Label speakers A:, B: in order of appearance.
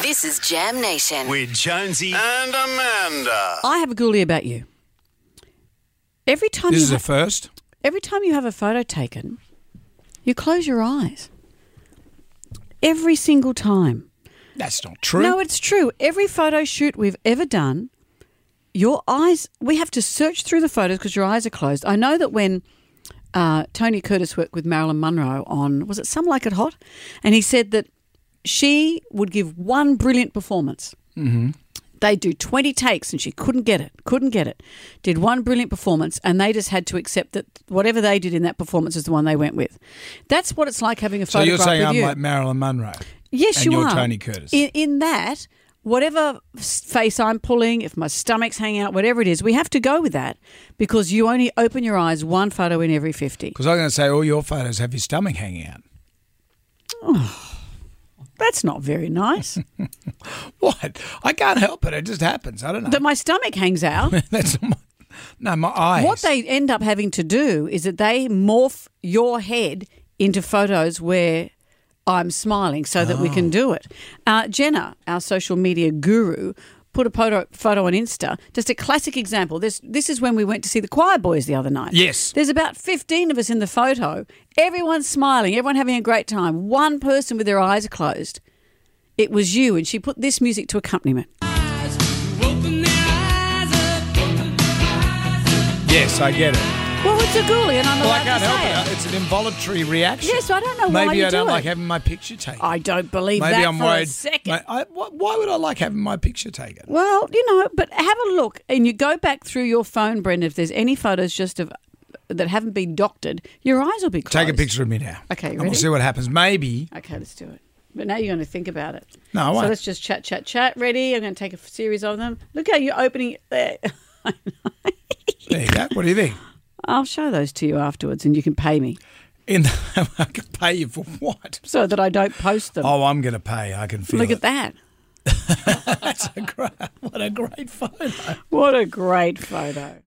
A: This is Jam Nation.
B: with Jonesy.
C: and Amanda.
D: I have a ghoulie about you. Every time
E: This
D: you
E: is
D: ha-
E: a first.
D: every time you have a photo taken, you close your eyes. Every single time.
E: That's not true.
D: No, it's true. Every photo shoot we've ever done, your eyes, we have to search through the photos because your eyes are closed. I know that when uh, Tony Curtis worked with Marilyn Monroe on, was it Some Like It Hot? And he said that she would give one brilliant performance.
E: Mm-hmm.
D: They do 20 takes and she couldn't get it, couldn't get it. Did one brilliant performance and they just had to accept that whatever they did in that performance is the one they went with. That's what it's like having a
E: so you're
D: photograph
E: saying
D: with
E: I'm
D: you.
E: like Marilyn Monroe.
D: Yes,
E: And
D: you
E: you're
D: are.
E: Tony Curtis.
D: In, in that, whatever s- face I'm pulling, if my stomach's hanging out, whatever it is, we have to go with that because you only open your eyes one photo in every 50.
E: Because I'm going to say all your photos have your stomach hanging out.
D: That's not very nice.
E: What? I can't help it. It just happens. I don't know.
D: that my stomach hangs out.
E: That's not my, no, my eyes.
D: What they end up having to do is that they morph your head into photos where I'm smiling so that we can do it.
E: Oh.
D: Uh, Jenna, our social media guru, put a photo, photo on Insta. Just a classic example. This this is when we went to see the Choir Boys the other night.
E: Yes.
D: There's about 15 of us in the photo. Everyone's smiling, everyone having a great time. One person with their eyes closed. It was you, and she put this music to accompaniment.
E: Yes, I get it.
D: Well, it's a ghoulie, and I'm
E: Well, I
D: allowed
E: can't
D: to say
E: help
D: it.
E: it. It's an involuntary reaction.
D: Yes, I don't know why
E: Maybe
D: you
E: I don't
D: do
E: like
D: it.
E: having my picture taken.
D: I don't believe
E: Maybe
D: that
E: I'm
D: for
E: worried.
D: a second.
E: Ma- I- wh- why would I like having my picture taken?
D: Well, you know, but have a look and you go back through your phone, Brenda. If there's any photos just of that haven't been doctored, your eyes will be closed.
E: Take a picture of me now.
D: Okay,
E: and
D: ready?
E: we'll see what happens. Maybe
D: Okay, let's do it. But now you're going to think about it.
E: No, I
D: So
E: won't.
D: let's just chat, chat, chat. Ready? I'm going to take a f- series of them. Look how you're opening. There.
E: there you go. What do you think?
D: I'll show those to you afterwards, and you can pay me
E: In the, I can pay you for what?
D: so that I don't post them.
E: Oh, I'm going to pay. I can feel
D: Look at
E: it.
D: that!
E: That's a great, what a great photo.
D: What a great photo.